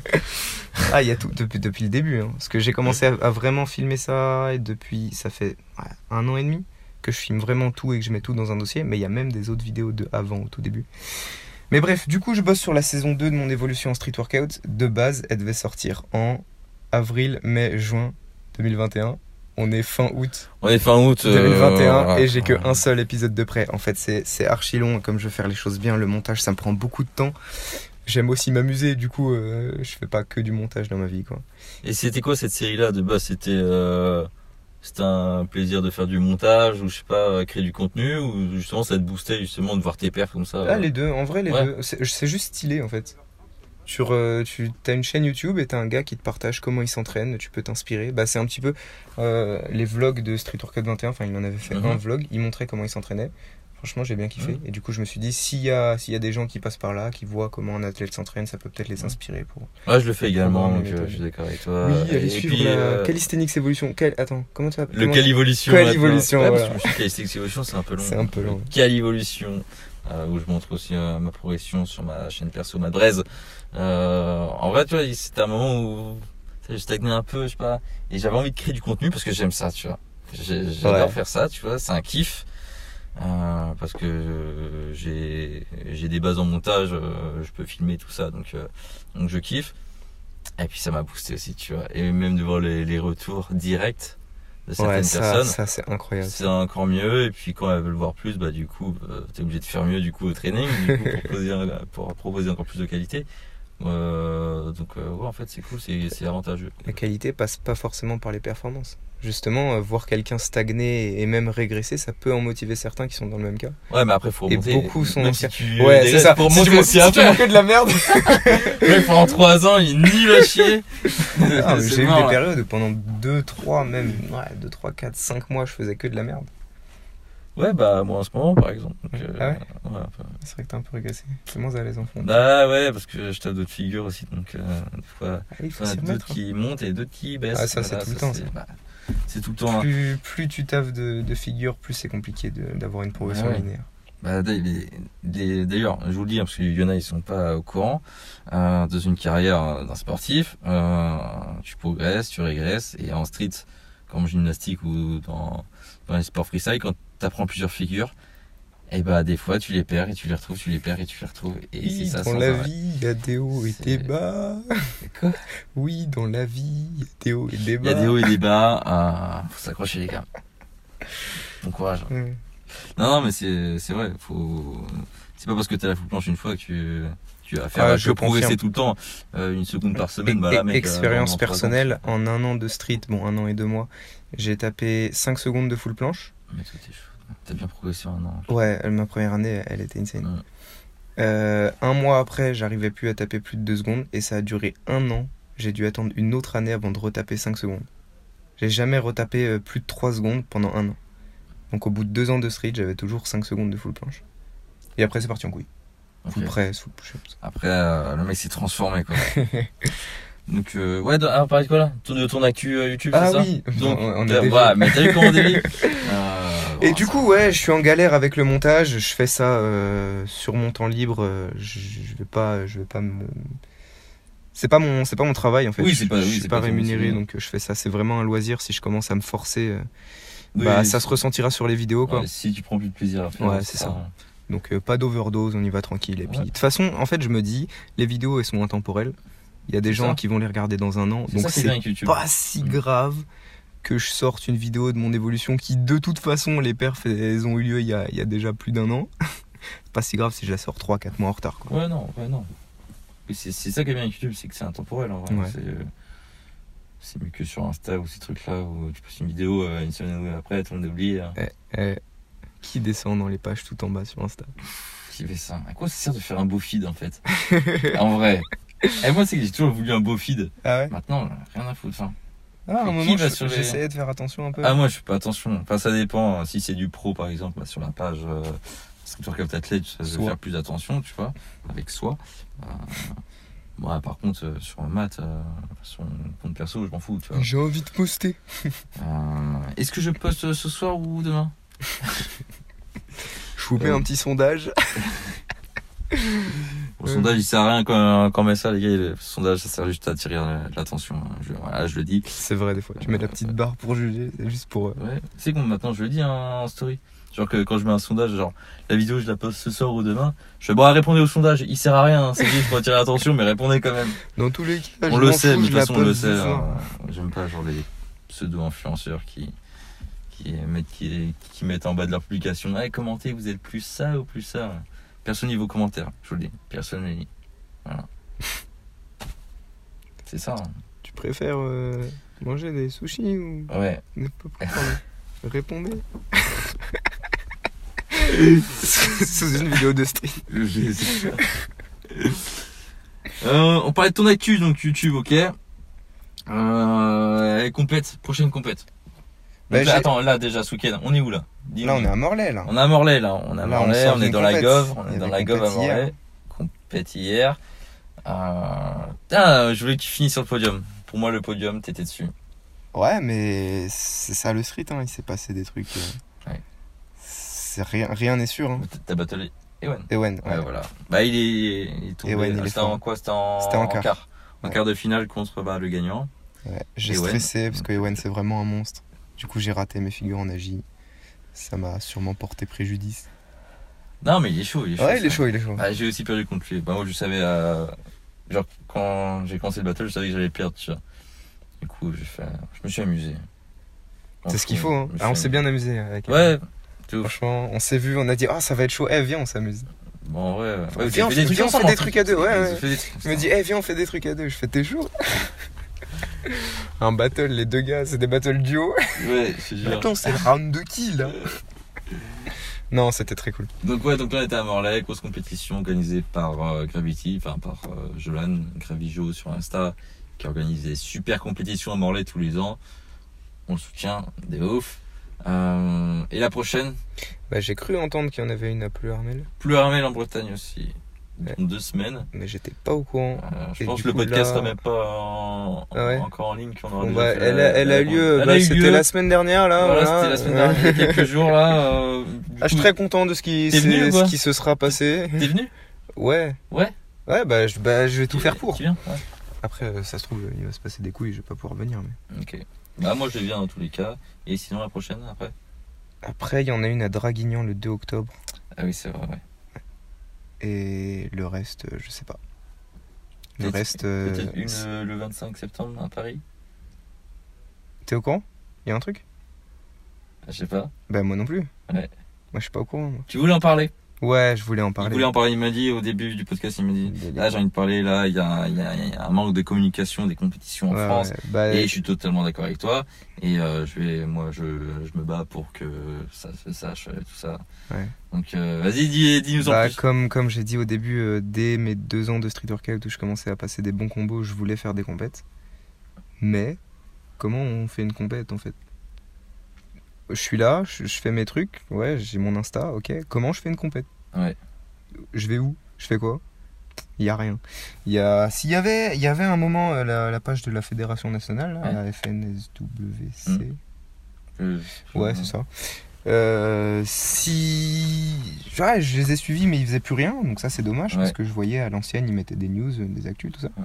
Speaker 1: Ah, il y a tout depuis, depuis le début. hein. Parce que j'ai commencé à, à vraiment filmer ça. Et depuis, ça fait ouais, un an et demi que je filme vraiment tout et que je mets tout dans un dossier. Mais il y a même des autres vidéos de avant, au tout début. Mais bref, du coup, je bosse sur la saison 2 de mon évolution en street workout. De base, elle devait sortir en avril, mai, juin 2021. On est fin août
Speaker 3: on est fin août. euh,
Speaker 1: 2021
Speaker 3: ouais.
Speaker 1: et j'ai que un seul épisode de près. En fait, c'est c'est archi long. Comme je veux faire les choses bien, le montage, ça me prend beaucoup de temps. J'aime aussi m'amuser, du coup, euh, je fais pas que du montage dans ma vie, quoi.
Speaker 3: Et c'était quoi cette série là de base C'était euh, c'était un plaisir de faire du montage ou je sais pas euh, créer du contenu ou justement ça te boostait justement de voir tes pairs comme ça.
Speaker 1: Ah,
Speaker 3: euh,
Speaker 1: les deux, en vrai, les
Speaker 3: Ouais.
Speaker 1: deux. C'est c'est juste stylé en fait. Sur, euh, tu as une chaîne YouTube et t'as un gars qui te partage comment il s'entraîne, tu peux t'inspirer. Bah, c'est un petit peu euh, les vlogs de Street Workout 21, enfin, il en avait fait
Speaker 3: Mhm.
Speaker 1: un vlog, il montrait comment il s'entraînait. Franchement, j'ai bien kiffé. Et du coup, je me suis dit, s'il y, a- s'il y a des gens qui passent par là, qui voient comment un athlète s'entraîne, ça peut peut-être
Speaker 3: Mhm.
Speaker 1: les inspirer. Pour...
Speaker 3: Ouais, je le fais également,
Speaker 1: Programme,
Speaker 3: donc euh,
Speaker 1: méthode.
Speaker 3: je suis d'accord avec toi.
Speaker 1: oui, allez
Speaker 3: et
Speaker 1: suivre
Speaker 3: puis,
Speaker 1: la
Speaker 3: euh,
Speaker 1: Calisthenics Evolution. Quel... Attends, comment tu appelles
Speaker 3: le Cal Evolution.
Speaker 1: Cal
Speaker 3: maintenant.
Speaker 1: Evolution,
Speaker 3: Ouais, parce
Speaker 1: voilà.
Speaker 3: que je me suis dit, Calisthenics Evolution, c'est un peu long.
Speaker 1: C'est un peu long.
Speaker 3: Cal Evolution, euh, où je montre aussi euh, ma progression sur ma chaîne perso, ma braise. Euh, en vrai, tu vois, c'était un moment où tu sais, je stagnais un peu, je sais pas, et j'avais envie de créer du contenu parce que j'aime ça, tu vois. J'ai- J'adore
Speaker 1: Ouais.
Speaker 3: faire ça, tu vois, c'est un kiff. Euh, parce que euh, j'ai j'ai des bases en montage, euh, je peux filmer tout ça, donc euh, donc je kiffe. Et puis ça m'a boosté aussi, tu vois. Et même de voir les, les retours directs de certaines
Speaker 1: Ouais, ça,
Speaker 3: personnes.
Speaker 1: ça c'est incroyable.
Speaker 3: C'est encore mieux. Et puis quand elles veulent voir plus, bah du coup, euh, t'es obligé de faire mieux du coup au training, du coup, pour, proposer, un- pour proposer encore plus de qualité. Euh, donc euh, ouais, en fait, c'est cool, c'est c'est avantageux.
Speaker 1: La qualité passe pas forcément par les performances. Justement, euh, voir quelqu'un stagner et même régresser, ça peut en motiver certains qui sont dans le même cas.
Speaker 3: Ouais, mais après faut
Speaker 1: Et
Speaker 3: remonter.
Speaker 1: beaucoup sont
Speaker 3: Même
Speaker 1: anciens.
Speaker 3: si tu- Euh, déjà, Pour monter aussi
Speaker 1: si tu
Speaker 3: après.
Speaker 1: manques que de la merde.
Speaker 3: Mec, pendant 3 ans, il est nul à chier.
Speaker 1: Ah, mais
Speaker 3: C'est
Speaker 1: J'ai eu
Speaker 3: mort,
Speaker 1: des
Speaker 3: là.
Speaker 1: périodes où pendant 2, 3, même ouais, 2, 3, 4, 5 mois, je faisais que de la merde.
Speaker 3: Ouais, bah moi en ce moment par exemple. Donc, euh,
Speaker 1: Ah ouais
Speaker 3: ouais, enfin,
Speaker 1: C'est vrai que t'es un peu régressé. C'est moins à l'aise en fond.
Speaker 3: Bah ouais, parce que je tape d'autres figures aussi, donc euh, des fois,
Speaker 1: Ah, il faut
Speaker 3: il y en
Speaker 1: s'y
Speaker 3: a d'autres
Speaker 1: remettre.
Speaker 3: qui montent et d'autres qui baissent.
Speaker 1: Ah, ça, c'est tout le temps,
Speaker 3: c'est- bah, C'est tout le temps. hein.
Speaker 1: Plus, plus tu taffes de, de figures, plus c'est compliqué de- d'avoir une progression
Speaker 3: Ouais.
Speaker 1: linéaire.
Speaker 3: Bah, d'a- les- les- D'ailleurs, je vous le dis, hein, parce qu'il y en a, ils sont pas au courant. Euh, dans une carrière euh, d'un sportif, euh, tu progresses, tu régresses, et en street, comme en gymnastique ou dans, dans les sports freestyle, quand tu apprends plusieurs figures, et bah des fois tu les perds et tu les retrouves, tu les perds et tu les retrouves. Et c'est
Speaker 1: Oui,
Speaker 3: ça
Speaker 1: dans
Speaker 3: sans
Speaker 1: la
Speaker 3: arrêt.
Speaker 1: vie, il y a des hauts et
Speaker 3: C'est-
Speaker 1: des bas. Oui, dans la vie, il y a des hauts et des
Speaker 3: Il y
Speaker 1: bas. Ah,
Speaker 3: a des hauts et des bas, euh, faut s'accrocher les gars. Bon courage.
Speaker 1: Ouais.
Speaker 3: Non, non, mais c'est c'est vrai. Faut... C'est pas parce que t'as la full planche une fois que tu vas faire
Speaker 1: Ah,
Speaker 3: que
Speaker 1: je
Speaker 3: progresser
Speaker 1: confirme.
Speaker 3: tout le temps, euh, une seconde par semaine.
Speaker 1: Et-
Speaker 3: bah là,
Speaker 1: et-
Speaker 3: mec, euh,
Speaker 1: expérience
Speaker 3: dans trois ans,
Speaker 1: personnelle, en un an de street, bon un an et deux mois, j'ai tapé 5 secondes de full planche.
Speaker 3: Mais toi, t'es chaud. T'as bien progressé en un an.
Speaker 1: Ouais, euh, ma première année, elle était insane.
Speaker 3: Ouais.
Speaker 1: Euh, un mois après, j'arrivais plus à taper plus de 2 secondes et ça a duré un an. J'ai dû attendre une autre année avant de retaper 5 secondes. J'ai jamais retapé euh, plus de 3 secondes pendant un an. Donc au bout de 2 ans de street, j'avais toujours 5 secondes de full planche. Et après, c'est parti en couille.
Speaker 3: Ok.
Speaker 1: Full press, full push-ups.
Speaker 3: Après, euh, le mec s'est transformé quoi. Donc, euh, ouais, donc, ah, on parlait de quoi là Tour- De ton actu euh, YouTube,
Speaker 1: Ah
Speaker 3: c'est ça
Speaker 1: oui,
Speaker 3: Donc,
Speaker 1: on- on a
Speaker 3: t'as-
Speaker 1: dévié.
Speaker 3: voilà, mais t'as vu comment on dévie Euh,
Speaker 1: Et
Speaker 3: bon,
Speaker 1: du
Speaker 3: ça-
Speaker 1: coup, ouais, bah, je suis en galère avec le montage. Je fais ça euh, sur mon temps libre. euh, Je, je vais pas, je vais pas me. C'est pas mon, c'est pas mon travail en fait.
Speaker 3: Oui, c'est
Speaker 1: Je-
Speaker 3: pas-
Speaker 1: je
Speaker 3: oui,
Speaker 1: suis
Speaker 3: c'est
Speaker 1: pas
Speaker 3: pas ton
Speaker 1: rémunéré,
Speaker 3: métier.
Speaker 1: donc euh, je fais ça. C'est vraiment un loisir. Si je commence à me forcer, euh,
Speaker 3: Oui,
Speaker 1: bah
Speaker 3: oui,
Speaker 1: ça
Speaker 3: si-
Speaker 1: se ressentira sur les vidéos quoi.
Speaker 3: ouais, si tu prends plus de plaisir à faire,
Speaker 1: Ouais, c'est ça. Donc euh, pas d'overdose, on y va tranquille. Et puis de
Speaker 3: Ouais.
Speaker 1: toute façon, en fait, je me dis, les vidéos elles sont intemporelles. Il y a des
Speaker 3: C'est
Speaker 1: gens
Speaker 3: ça.
Speaker 1: qui vont les regarder dans un an,
Speaker 3: C'est
Speaker 1: donc
Speaker 3: ça qui est
Speaker 1: c'est
Speaker 3: bien avec YouTube.
Speaker 1: pas si
Speaker 3: Mm.
Speaker 1: grave que je sorte une vidéo de mon évolution qui, de toute façon, les perfs, elles ont eu lieu il y a, il y a déjà plus d'un an. c'est pas si grave si je la sors 3-4 mois en retard. Quoi.
Speaker 3: Ouais, non, ouais, non. Mais C'est c'est ça qui est bien avec YouTube, c'est que c'est intemporel en vrai.
Speaker 1: Ouais.
Speaker 3: C'est, euh, C'est mieux que sur Insta ou ces trucs-là où tu postes une vidéo euh, une semaine après, tout le monde oublie. hein.
Speaker 1: Euh, qui descend dans les pages tout en bas sur Insta
Speaker 3: Qui fait ça À quoi ça sert de faire un beau feed en fait En vrai. Et moi, c'est que j'ai toujours voulu un beau feed.
Speaker 1: Ah ouais
Speaker 3: Maintenant, rien à foutre. Enfin,
Speaker 1: ah, à
Speaker 3: Mais
Speaker 1: un
Speaker 3: qui
Speaker 1: moment,
Speaker 3: va
Speaker 1: je-
Speaker 3: sur les-
Speaker 1: j'essayais de faire attention un peu.
Speaker 3: hein. Ah, moi, je fais pas attention. Enfin, ça dépend. Si c'est du pro, par exemple, bah, sur la page euh, street workout athlète, ça veut
Speaker 1: Soi.
Speaker 3: faire plus attention, tu vois, avec soi. Euh, moi, par contre, euh, sur le mat, euh, sur mon compte perso, je m'en fous, tu vois.
Speaker 1: J'ai envie de poster.
Speaker 3: Euh, Est-ce que je poste euh, ce soir ou demain
Speaker 1: Je vous mets
Speaker 3: Euh.
Speaker 1: un petit sondage.
Speaker 3: Le
Speaker 1: Euh.
Speaker 3: sondage, il sert à rien quand, quand on met ça, les gars. Le sondage, ça sert juste à attirer euh, l'attention. hein. Je, voilà, je le dis.
Speaker 1: C'est vrai, des fois. Tu mets la petite barre pour juger, c'est juste pour. euh,
Speaker 3: Ouais. C'est bon, maintenant, je le dis hein, en story. Genre que quand je mets un sondage, genre la vidéo, je la poste ce soir ou demain. Je fais bon, ah, répondez au sondage. Il sert à rien. hein, c'est dit, faut attirer l'attention, mais répondez quand même.
Speaker 1: Dans tous les cas, je
Speaker 3: on le
Speaker 1: m'en
Speaker 3: sait,
Speaker 1: fous,
Speaker 3: mais de
Speaker 1: je
Speaker 3: toute
Speaker 1: la
Speaker 3: façon, on le
Speaker 1: poste
Speaker 3: sait.
Speaker 1: ce soir.
Speaker 3: hein. J'aime pas genre les pseudo-influenceurs qui, qui, mettent, qui, qui mettent en bas de leur publication hey, commentez, vous êtes plus ça ou plus ça. Personne n'y vos commentaires, je vous le dis. Personne ne lit. Voilà. C'est ça. hein.
Speaker 1: Tu préfères euh, manger des sushis ou
Speaker 3: Ouais.
Speaker 1: des popcorn Répondez. Sous une vidéo de stream.
Speaker 3: Je sais pas. Euh, on parlait de ton actu, donc YouTube, ok. Euh, allez, compète, prochaine compète.
Speaker 1: Bah,
Speaker 3: Donc là,
Speaker 1: j'ai-
Speaker 3: attends, là déjà, ce week-end, on est où là Dis-nous.
Speaker 1: Là, on est à Morlaix, là.
Speaker 3: On a Morlaix là, on
Speaker 1: Là,
Speaker 3: a
Speaker 1: on
Speaker 3: Morlaix,
Speaker 1: sort
Speaker 3: on, est
Speaker 1: d'une
Speaker 3: dans la
Speaker 1: compète.
Speaker 3: Gove, on
Speaker 1: Il y
Speaker 3: est dans
Speaker 1: avait
Speaker 3: la Gove à
Speaker 1: compète hier.
Speaker 3: Morlaix. Compète hier. Euh, putain, je voulais que tu finisses sur le podium. Pour moi, le podium, t'étais dessus.
Speaker 1: Ouais, mais c'est ça le street, hein. il s'est passé des trucs. euh,
Speaker 3: Ouais.
Speaker 1: C'est rien rien n'est sûr. Hein.
Speaker 3: T'as battlé Ewan.
Speaker 1: Ewen,
Speaker 3: Ouais,
Speaker 1: ouais.
Speaker 3: voilà. Bah, il est, il est tombé. Ewan, il est C'était
Speaker 1: fort.
Speaker 3: en quoi C'était en,
Speaker 1: C'était en quart.
Speaker 3: En
Speaker 1: Ouais.
Speaker 3: quart de finale contre bah, le gagnant.
Speaker 1: ouais. J'ai
Speaker 3: Ewen.
Speaker 1: stressé parce que Ewen c'est vraiment un monstre. Du coup, j'ai raté mes figures en agi. Ça m'a sûrement porté préjudice.
Speaker 3: Non, mais il est chaud, il est chaud.
Speaker 1: ouais, il est
Speaker 3: ça.
Speaker 1: chaud, il est chaud.
Speaker 3: Bah, j'ai aussi perdu contre lui. Bah, moi, je savais, euh, genre, quand j'ai commencé le battle, je savais que j'allais perdre, tu vois. Du coup, j'ai fait, je me suis amusé.
Speaker 1: c'est ce qu'il faut. Hein.
Speaker 3: Je me suis
Speaker 1: Ah, on s'est
Speaker 3: amusé.
Speaker 1: bien amusé avec Ewen.
Speaker 3: Ouais, de ouf.
Speaker 1: Franchement, on s'est vu, on a dit Ah, ça va être chaud, eh, viens, on s'amuse.
Speaker 3: Bon, ouais. ouais.
Speaker 1: Viens,
Speaker 3: Ouais, t'as
Speaker 1: on
Speaker 3: fait
Speaker 1: fait-
Speaker 3: des trucs
Speaker 1: viens, on fait
Speaker 3: ensemble,
Speaker 1: des
Speaker 3: en
Speaker 1: trucs
Speaker 3: fait.
Speaker 1: à deux, ouais,
Speaker 3: T'as
Speaker 1: ouais.
Speaker 3: fait des trucs,
Speaker 1: Je me
Speaker 3: putain.
Speaker 1: dis, eh, viens, on fait des trucs à deux. Je fais tes jours. Un battle, les deux gars, c'est des battles duo.
Speaker 3: Ouais, je te jure.
Speaker 1: Attends, c'est le round de qui là Non, c'était très cool.
Speaker 3: Donc, ouais, donc là, on était à Morlaix, grosse compétition organisée par euh, Gravity, enfin, par euh, Jolan, Gravijo sur Insta, qui organisait des super compétition à Morlaix tous les ans. On le soutient, des ouf. Euh, et la prochaine,
Speaker 1: Bah, j'ai cru entendre qu'il y en avait une à Pleuharmel,
Speaker 3: Pleuramel en Bretagne aussi.
Speaker 1: Ouais.
Speaker 3: Dans deux semaines.
Speaker 1: mais j'étais pas au courant.
Speaker 3: Euh, je
Speaker 1: Et
Speaker 3: pense
Speaker 1: du
Speaker 3: que le
Speaker 1: coup,
Speaker 3: podcast
Speaker 1: là-
Speaker 3: sera même pas en-
Speaker 1: Ah ouais.
Speaker 3: encore en ligne. qu'on aura
Speaker 1: Bon,
Speaker 3: déjà
Speaker 1: bah,
Speaker 3: Oh, fait la-
Speaker 1: elle, a, elle
Speaker 3: la-
Speaker 1: a lieu,
Speaker 3: Elle
Speaker 1: bah,
Speaker 3: a eu lieu.
Speaker 1: c'était la semaine dernière là.
Speaker 3: Voilà,
Speaker 1: voilà.
Speaker 3: c'était la semaine dernière, il y a quelques jours là. euh, du
Speaker 1: Ah, je suis
Speaker 3: coup,
Speaker 1: très content de ce qui,
Speaker 3: T'es venu
Speaker 1: c'est-
Speaker 3: ou
Speaker 1: ce
Speaker 3: quoi
Speaker 1: qui se sera passé.
Speaker 3: T'es venu
Speaker 1: Ouais.
Speaker 3: Ouais.
Speaker 1: Ouais, bah je, bah, je vais tout
Speaker 3: Tu-
Speaker 1: faire pour.
Speaker 3: Tu viens Ouais.
Speaker 1: Après, euh, ça se trouve, il va se passer des couilles, je vais pas pouvoir venir. Mais...
Speaker 3: Ok. Bah, moi je viens dans tous les cas. Et sinon la prochaine après
Speaker 1: Après, il y en a une à Draguignan le 2 octobre.
Speaker 3: Ah oui, c'est vrai, ouais.
Speaker 1: Et le reste, euh, je sais pas. Le
Speaker 3: Peut-être-
Speaker 1: reste. euh,
Speaker 3: Peut-être une
Speaker 1: c'est-
Speaker 3: euh, le 25 septembre à Paris
Speaker 1: T'es au courant Il y a un truc
Speaker 3: Ah, Je sais pas.
Speaker 1: Bah, moi non plus.
Speaker 3: Ouais.
Speaker 1: Moi, je suis pas au courant. moi.
Speaker 3: Tu voulais en parler
Speaker 1: Ouais, je voulais en
Speaker 3: Il
Speaker 1: parler.
Speaker 3: voulait en parler, il m'a dit au début du podcast, il m'a dit
Speaker 1: Des- des-
Speaker 3: Là j'ai envie de parler, là il y a, il y a- il y a un manque de communication des compétitions en
Speaker 1: Ouais,
Speaker 3: France.
Speaker 1: ouais, bah,
Speaker 3: Et je suis totalement d'accord avec toi. Et euh, je vais, moi, je, je me bats pour que ça se sache, euh, tout ça.
Speaker 1: Ouais.
Speaker 3: Donc, euh, vas-y, dis- dis-nous en
Speaker 1: Bah,
Speaker 3: plus.
Speaker 1: comme, comme j'ai dit au début, euh, dès mes deux ans de street workout où je commençais à passer des bons combos, je voulais faire des compètes. Mais comment on fait une compète en fait Je suis là, je, je fais mes trucs, ouais, j'ai mon Insta, ok. Comment je fais une compète
Speaker 3: Ouais.
Speaker 1: Je vais où Je fais quoi Il y a rien. Il y a s'il y avait il y avait un moment euh, la, la page de la Fédération nationale, là,
Speaker 3: Ouais.
Speaker 1: la FNSWC.
Speaker 3: Mm. Euh, Je-
Speaker 1: Ouais, c'est ça. Euh, si. Ouais, je les ai suivis, mais ils faisaient plus rien, donc ça c'est dommage, parce
Speaker 3: Ouais.
Speaker 1: que je voyais à l'ancienne, ils mettaient des news, euh, des actus, tout ça.
Speaker 3: Ouais.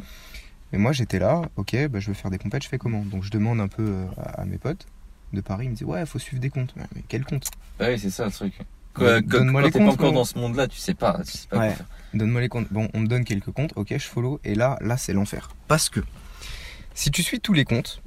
Speaker 1: Mais moi j'étais là, ok, bah, je veux faire des compètes, je fais comment Donc je demande un peu euh, à, à mes potes de Paris, ils me disent, ouais, faut suivre des comptes. Ouais, mais quel compte
Speaker 3: Bah oui, c'est ça le truc.
Speaker 1: Donne-
Speaker 3: Quand, quand,
Speaker 1: donne-moi
Speaker 3: quand
Speaker 1: les
Speaker 3: t'es pas
Speaker 1: comptes,
Speaker 3: encore
Speaker 1: moi.
Speaker 3: dans ce monde-là, tu sais pas. Tu sais pas
Speaker 1: Ouais.
Speaker 3: quoi faire.
Speaker 1: Donne-moi les comptes. Bon, on me donne quelques comptes, ok, je follow, et là, là c'est l'enfer. Parce que si tu suis tous les comptes,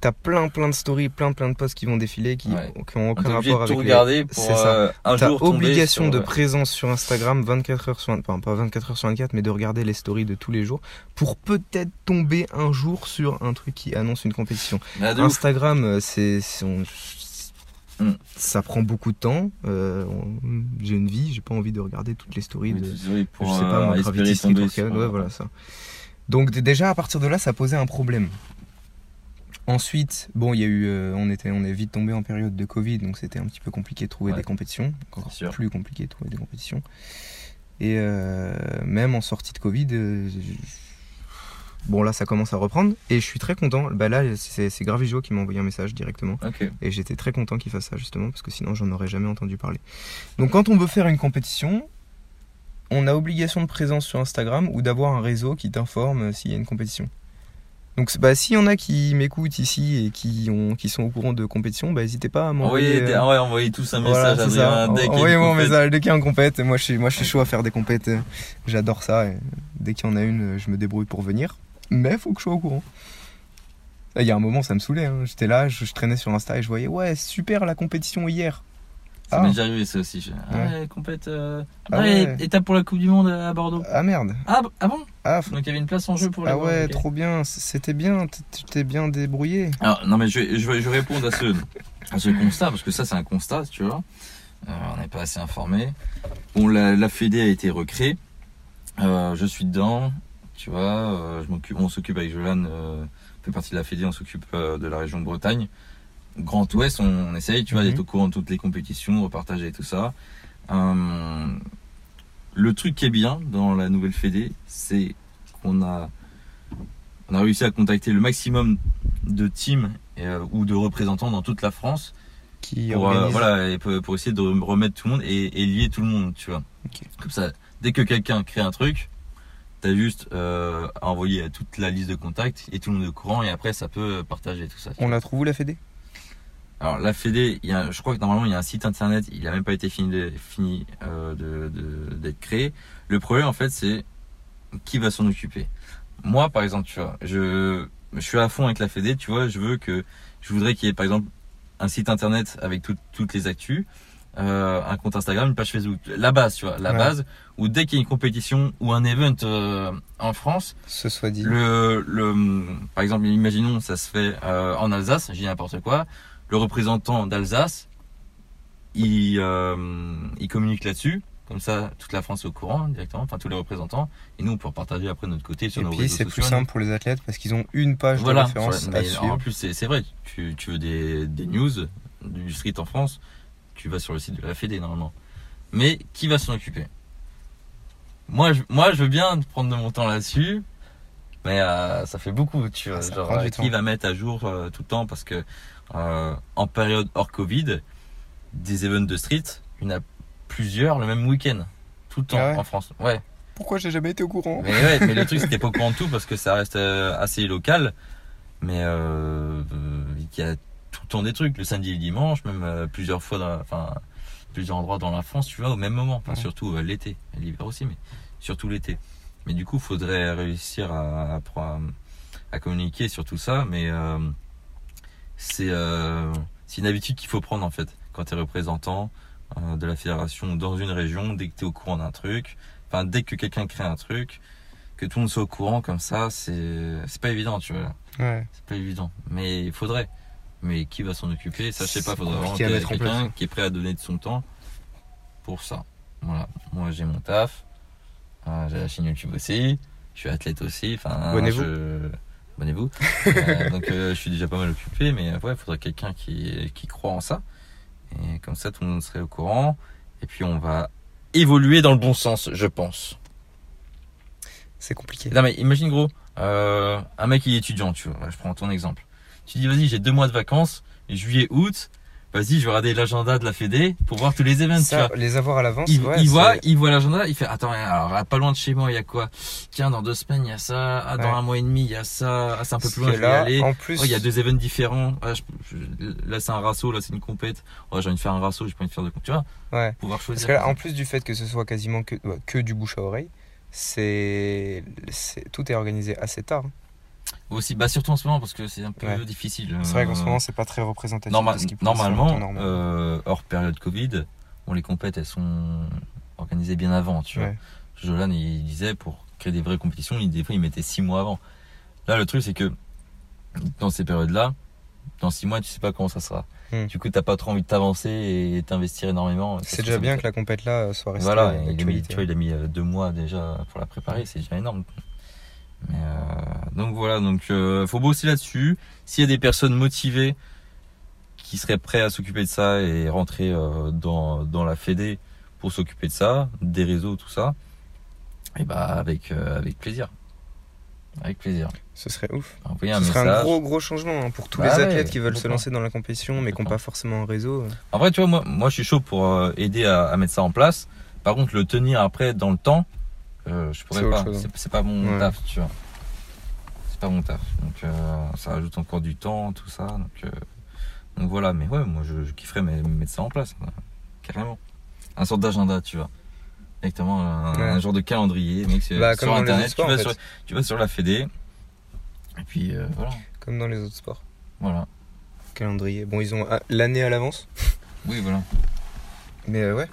Speaker 1: t'as plein plein de stories, plein plein de posts qui vont défiler, qui,
Speaker 3: Ouais.
Speaker 1: qui ont
Speaker 3: On
Speaker 1: aucun
Speaker 3: est
Speaker 1: rapport
Speaker 3: obligé de
Speaker 1: avec
Speaker 3: tout
Speaker 1: les-
Speaker 3: regarder pour
Speaker 1: C'est ça.
Speaker 3: euh, un
Speaker 1: T'as
Speaker 3: jour tomber
Speaker 1: obligation
Speaker 3: sur- euh,
Speaker 1: de présence sur Instagram 24 heures sur enfin, pas 24 heures sur 24 mais de regarder les stories de tous les jours pour peut-être tomber un jour sur un truc qui annonce une compétition.
Speaker 3: Bah, de ouf.
Speaker 1: Instagram euh, c'est c'est- on-
Speaker 3: Mm.
Speaker 1: ça prend beaucoup de temps. euh, on- j'ai une vie, j'ai pas envie de regarder toutes les stories
Speaker 3: Mais
Speaker 1: Ah, de
Speaker 3: désolé pour,
Speaker 1: je sais
Speaker 3: euh,
Speaker 1: pas moi,
Speaker 3: espérer
Speaker 1: Gravity Street
Speaker 3: tomber
Speaker 1: Workout,
Speaker 3: sur-
Speaker 1: ouais voilà ça. Donc d- déjà à partir de là ça posait un problème. Ensuite, bon, il y a eu, euh, on était, on est vite tombé en période de Covid, donc c'était un petit peu compliqué de trouver
Speaker 3: Ouais.
Speaker 1: des compétitions, encore
Speaker 3: sûr.
Speaker 1: plus compliqué de trouver des compétitions. Et euh, même en sortie de Covid, euh, je- bon là, ça commence à reprendre, et je suis très content. Bah là, c'est c'est Gravijo qui m'a envoyé un message directement.
Speaker 3: Ok.
Speaker 1: Et j'étais très content qu'il fasse ça justement parce que sinon j'en aurais jamais entendu parler. Donc quand on veut faire une compétition, on a obligation de présence sur Instagram ou d'avoir un réseau qui t'informe euh, s'il y a une compétition. Donc c'est- bah, s'il y en a qui m'écoutent ici et qui, ont, qui sont au courant de compétition, bah, n'hésitez pas à m'envoyer.
Speaker 3: Envoyez, des-
Speaker 1: euh,
Speaker 3: ah ouais, envoyez tous un
Speaker 1: voilà,
Speaker 3: message
Speaker 1: c'est
Speaker 3: Adrien,
Speaker 1: ça.
Speaker 3: un deck et une
Speaker 1: Envoyez-moi un
Speaker 3: compète.
Speaker 1: message dès qu'il y a une compète. Moi je suis, moi, je suis chaud à faire des compètes. euh, J'adore ça. et dès qu'il y en a une, euh, je me débrouille pour venir. Mais faut que je sois au courant. Il y a un moment, ça me saoulait. hein. J'étais là, je, je traînais sur Insta et je voyais, ouais, super la compétition hier.
Speaker 3: Ça
Speaker 1: Ah.
Speaker 3: m'est déjà arrivé ça aussi. je- Ah
Speaker 1: Ouais.
Speaker 3: ouais, compète. euh,
Speaker 1: Ah
Speaker 3: ouais,
Speaker 1: ouais.
Speaker 3: étape pour la Coupe du Monde à Bordeaux.
Speaker 1: Ah merde.
Speaker 3: Ah, b- ah bon
Speaker 1: Ah, f-
Speaker 3: Donc il y avait une place en jeu pour la
Speaker 1: ah
Speaker 3: Coupe,
Speaker 1: ouais,
Speaker 3: ok.
Speaker 1: trop bien. C- C'était bien. t- Tu t'es bien débrouillé.
Speaker 3: Alors, Ah, non, mais je, je, je réponds à ce, à ce constat, parce que ça, c'est un constat, tu vois. Euh, on n'est pas assez informé. Bon, la, la Fédé a été recréée. Euh, je suis dedans, tu vois. euh, je m'occupe, on s'occupe avec Jolan, euh, on fait partie de la Fédé, on s'occupe euh, de la région de Bretagne. Grand Ouest, on, on essaye, tu vois,
Speaker 1: Mhm.
Speaker 3: d'être au courant de toutes les compétitions, repartager tout ça. Euh, le truc qui est bien dans la nouvelle Fédé, c'est qu'on a, on a réussi à contacter le maximum de teams et, euh, ou de représentants dans toute la France
Speaker 1: Qui
Speaker 3: pour, euh,
Speaker 1: organise.
Speaker 3: voilà, et pour, pour essayer de remettre tout le monde et, et lier tout le monde, tu vois.
Speaker 1: Ok.
Speaker 3: Comme ça, dès que quelqu'un crée un truc, t'as juste euh, à envoyer à toute la liste de contacts et tout le monde est au courant et après ça peut euh, partager tout ça.
Speaker 1: On la trouve où la Fédé
Speaker 3: Alors la Fédé, il y a, je crois que normalement il y a un site internet, il n'a même pas été fini de- fini euh, de- de- d'être créé. Le problème en fait c'est qui va s'en occuper. Moi par exemple, tu vois, je, je suis à fond avec la Fédé, tu vois, je veux que je voudrais qu'il y ait par exemple un site internet avec tout- toutes les actus, euh, un compte Instagram, une page Facebook, la base, tu vois, la
Speaker 1: Ouais.
Speaker 3: base où dès qu'il y a une compétition ou un event euh, en France,
Speaker 1: Ce soit dit.
Speaker 3: le, le, par exemple, imaginons, ça se fait euh, en Alsace, j'ai n'importe quoi. Le représentant d'Alsace, il, euh, il communique là-dessus. Comme ça, toute la France est au courant directement, enfin tous les représentants. Et nous, on peut partager après de notre côté sur
Speaker 1: Et
Speaker 3: nos
Speaker 1: puis
Speaker 3: réseaux
Speaker 1: c'est
Speaker 3: sociaux.
Speaker 1: plus simple pour les athlètes parce qu'ils ont une page
Speaker 3: Voilà.
Speaker 1: de référence
Speaker 3: Sur la-
Speaker 1: à
Speaker 3: mais
Speaker 1: suivre.
Speaker 3: en plus, c'est c'est vrai. Tu, tu veux des, des news du street en France, tu vas sur le site de la Fédé normalement. Mais qui va s'en occuper moi je, moi, je veux bien prendre de mon temps là-dessus, mais euh, ça fait beaucoup. Tu vois,
Speaker 1: Ah, ça
Speaker 3: genre,
Speaker 1: prend du
Speaker 3: euh,
Speaker 1: temps.
Speaker 3: qui va mettre à jour euh, tout le temps Parce que euh, en période hors Covid, des events de street, il y en a plusieurs le même week-end, tout le temps
Speaker 1: Ah ouais
Speaker 3: en France. Ouais.
Speaker 1: Pourquoi j'ai jamais été au courant
Speaker 3: Mais ouais, mais le truc, c'était pas au courant de tout parce que ça reste euh, assez local. Mais euh, euh, il y a tout le temps des trucs, le samedi et le dimanche, même euh, plusieurs fois, dans, enfin, plusieurs endroits dans la France, tu vois, au même moment. Enfin,
Speaker 1: Ouais.
Speaker 3: surtout euh, l'été, l'hiver aussi, mais surtout l'été. Mais du coup, faudrait réussir à, à, pro- à communiquer sur tout ça. Mais euh, c'est euh, c'est une habitude qu'il faut prendre en fait quand tu es représentant euh, de la fédération dans une région, dès que tu es au courant d'un truc, enfin dès que quelqu'un crée un truc, que tout le monde soit au courant comme ça, c'est c'est pas évident, tu vois.
Speaker 1: Ouais.
Speaker 3: C'est pas évident, mais il faudrait. Mais qui va s'en occuper Ça, je sais pas,
Speaker 1: C'est
Speaker 3: faudrait vraiment
Speaker 1: compliqué à
Speaker 3: qu'il y ait
Speaker 1: mettre en place.
Speaker 3: quelqu'un qui est prêt à donner de son temps pour ça. Voilà, moi j'ai mon taf, Euh, j'ai la chaîne YouTube aussi, je suis athlète aussi, enfin.
Speaker 1: Abonnez-vous.
Speaker 3: je- Abonnez-vous. Euh, donc euh, je suis déjà pas mal occupé, mais euh, ouais, il faudrait quelqu'un qui, qui croit en ça. Et comme ça, tout le monde serait au courant. Et puis on va évoluer dans le bon sens, je pense.
Speaker 1: C'est compliqué.
Speaker 3: Non mais imagine gros, euh, un mec il est étudiant, tu vois, je prends ton exemple. Tu dis vas-y j'ai deux mois de vacances, juillet, août, vas-y je vais regarder l'agenda de la Fédé pour voir tous les événements. tu
Speaker 1: Ça,
Speaker 3: vois.
Speaker 1: les avoir à l'avance,
Speaker 3: Il,
Speaker 1: ouais,
Speaker 3: il
Speaker 1: c'est-
Speaker 3: voit, il voit l'agenda, il fait attends alors à pas loin de chez moi il y a quoi Tiens dans deux semaines il y a ça, ah, dans
Speaker 1: Ouais.
Speaker 3: un mois et demi il y a ça, ah, c'est un peu
Speaker 1: parce
Speaker 3: plus loin
Speaker 1: que
Speaker 3: je vais y
Speaker 1: là,
Speaker 3: aller.
Speaker 1: en plus,
Speaker 3: Oh, il y a deux événements différents. Ah, je- je- là c'est un rasso, là c'est une compète. Oh, j'ai envie de faire un rasso, j'ai pas envie de faire de compète. Tu vois,
Speaker 1: ouais.
Speaker 3: pouvoir
Speaker 1: Parce
Speaker 3: choisir.
Speaker 1: que là, en plus du fait que ce soit quasiment que, ouais, que du bouche à oreille, c'est, c'est- tout est organisé assez tard. hein.
Speaker 3: Aussi, bah surtout en ce moment parce que c'est un peu
Speaker 1: Ouais.
Speaker 3: difficile.
Speaker 1: C'est vrai qu'en ce
Speaker 3: euh,
Speaker 1: moment, c'est pas très représentatif.
Speaker 3: Norma-
Speaker 1: de ce qui pourrait se faire en
Speaker 3: normalement,
Speaker 1: temps normal.
Speaker 3: euh, hors période Covid, on les compètes, elles sont organisées bien avant. Tu vois.
Speaker 1: Ouais.
Speaker 3: Jolan, il disait pour créer des vraies compétitions, il, des fois, il mettait six mois avant. Là, le truc, c'est que dans ces périodes-là, dans six mois, tu sais pas comment ça sera.
Speaker 1: Hmm.
Speaker 3: Du coup, t'as pas trop envie de t'avancer et t'investir énormément.
Speaker 1: c'est déjà bien que la compète là euh, soit restée
Speaker 3: euh, Voilà,
Speaker 1: à
Speaker 3: il a mis,
Speaker 1: l'actualité.
Speaker 3: tu vois, il a mis euh, deux mois déjà pour la préparer, c'est déjà énorme. Mais, euh, donc voilà, donc euh, faut bosser là-dessus. S'il y a des personnes motivées qui seraient prêtes à s'occuper de ça et rentrer euh, dans, dans la Fédé pour s'occuper de ça, des réseaux, tout ça, et bah avec euh, avec plaisir, avec plaisir.
Speaker 1: Ce serait ouf.
Speaker 3: Envoyez un
Speaker 1: Ce serait
Speaker 3: message.
Speaker 1: un gros, gros changement hein, pour tous
Speaker 3: Bah
Speaker 1: les
Speaker 3: ouais,
Speaker 1: athlètes qui veulent se
Speaker 3: complètement.
Speaker 1: lancer dans la compétition, mais qui n'ont
Speaker 3: Complètement.
Speaker 1: pas forcément un réseau. euh.
Speaker 3: En vrai, tu vois, moi, moi je suis chaud pour euh, aider à, à mettre ça en place. Par contre, le tenir après dans le temps, euh, je
Speaker 1: C'est
Speaker 3: pourrais
Speaker 1: autre
Speaker 3: pas.
Speaker 1: chose, hein.
Speaker 3: C'est- C'est pas mon
Speaker 1: Ouais.
Speaker 3: taf, tu vois. C'est pas mon taf. Donc euh, ça ajoute encore du temps, tout ça. Donc, euh, donc voilà, mais ouais, moi je, je kifferais mais- mettre ça en place. euh, Carrément. Un sorte d'agenda, tu vois. Exactement, un,
Speaker 1: Ouais.
Speaker 3: un genre de calendrier. Mec, c'est-
Speaker 1: Bah, comme
Speaker 3: sur
Speaker 1: dans les
Speaker 3: internet,
Speaker 1: sports,
Speaker 3: tu,
Speaker 1: en
Speaker 3: vas
Speaker 1: fait.
Speaker 3: sur, tu vas sur la Fédé. Et puis euh, voilà.
Speaker 1: Comme dans les autres sports.
Speaker 3: Voilà.
Speaker 1: Calendrier. Bon, ils ont ah, l'année à l'avance.
Speaker 3: Oui, voilà.
Speaker 1: Mais euh, ouais.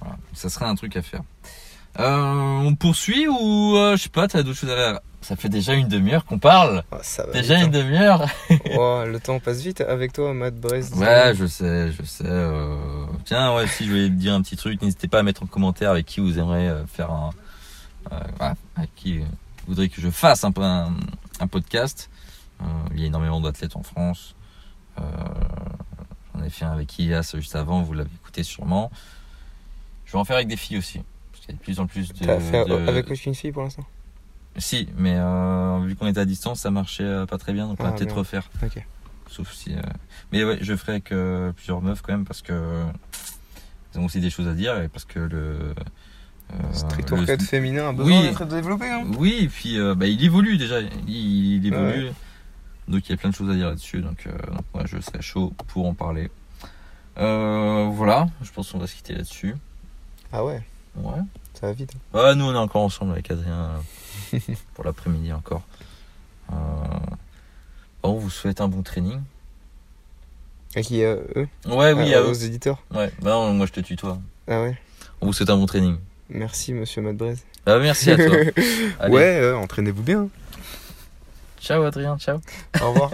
Speaker 3: Voilà, ça serait un truc à faire. Euh, on poursuit ou euh, je sais pas, t'as d'autres choses à dire Ça fait déjà une demi-heure qu'on parle.
Speaker 1: Ah, ça va.
Speaker 3: Déjà
Speaker 1: vite,
Speaker 3: une demi-heure.
Speaker 1: hein. Oh, le temps passe vite avec toi, Matt Brest.
Speaker 3: Ouais, je sais, je sais. euh, Tiens, ouais, si je voulais te dire un petit truc, n'hésitez pas à mettre en commentaire avec qui vous aimeriez euh, faire un, euh, voilà, avec qui euh, vous voudriez que je fasse un, un, un podcast. Euh, il y a énormément d'athlètes en France. Euh, J'en ai fait un avec Ilias juste avant, vous l'avez écouté sûrement. Je vais en faire avec des filles aussi. Parce qu'il y a de plus en plus de.
Speaker 1: T'as fait
Speaker 3: de-
Speaker 1: avec aucune fille pour l'instant
Speaker 3: Si, mais euh, vu qu'on était à distance, ça marchait euh, pas très bien, donc on va
Speaker 1: Ah,
Speaker 3: peut-être
Speaker 1: merde.
Speaker 3: refaire.
Speaker 1: Ok.
Speaker 3: Sauf si. euh, Mais ouais, je ferai avec euh, plusieurs meufs quand même parce que euh, elles ont aussi des choses à dire et parce que le. euh,
Speaker 1: Street
Speaker 3: le-
Speaker 1: workout féminin a besoin
Speaker 3: Oui.
Speaker 1: d'être développé. Hein.
Speaker 3: Oui, et puis euh, bah, il évolue déjà. Il, il évolue. Donc il y a plein de choses à dire là-dessus. Donc, euh, donc, ouais, je serai chaud pour en parler. Euh, voilà, je pense qu'on va se quitter là-dessus.
Speaker 1: Ah ouais,
Speaker 3: Ouais.
Speaker 1: ça va vite.
Speaker 3: Ouais, Ah, nous on est encore ensemble avec Adrien euh, pour l'après-midi encore. Euh, bon, on vous souhaite un bon training.
Speaker 1: Et qui euh, eux
Speaker 3: Ouais, Ah oui,
Speaker 1: euh,
Speaker 3: à
Speaker 1: aux
Speaker 3: eux.
Speaker 1: éditeurs
Speaker 3: Ouais, bah, on- moi je te tutoie.
Speaker 1: Ah ouais.
Speaker 3: On vous souhaite un bon training.
Speaker 1: Merci, monsieur Matt Brest.
Speaker 3: Bah, merci à toi. Allez,
Speaker 1: ouais, euh, entraînez-vous bien.
Speaker 3: Ciao Adrien, ciao.
Speaker 1: Au revoir.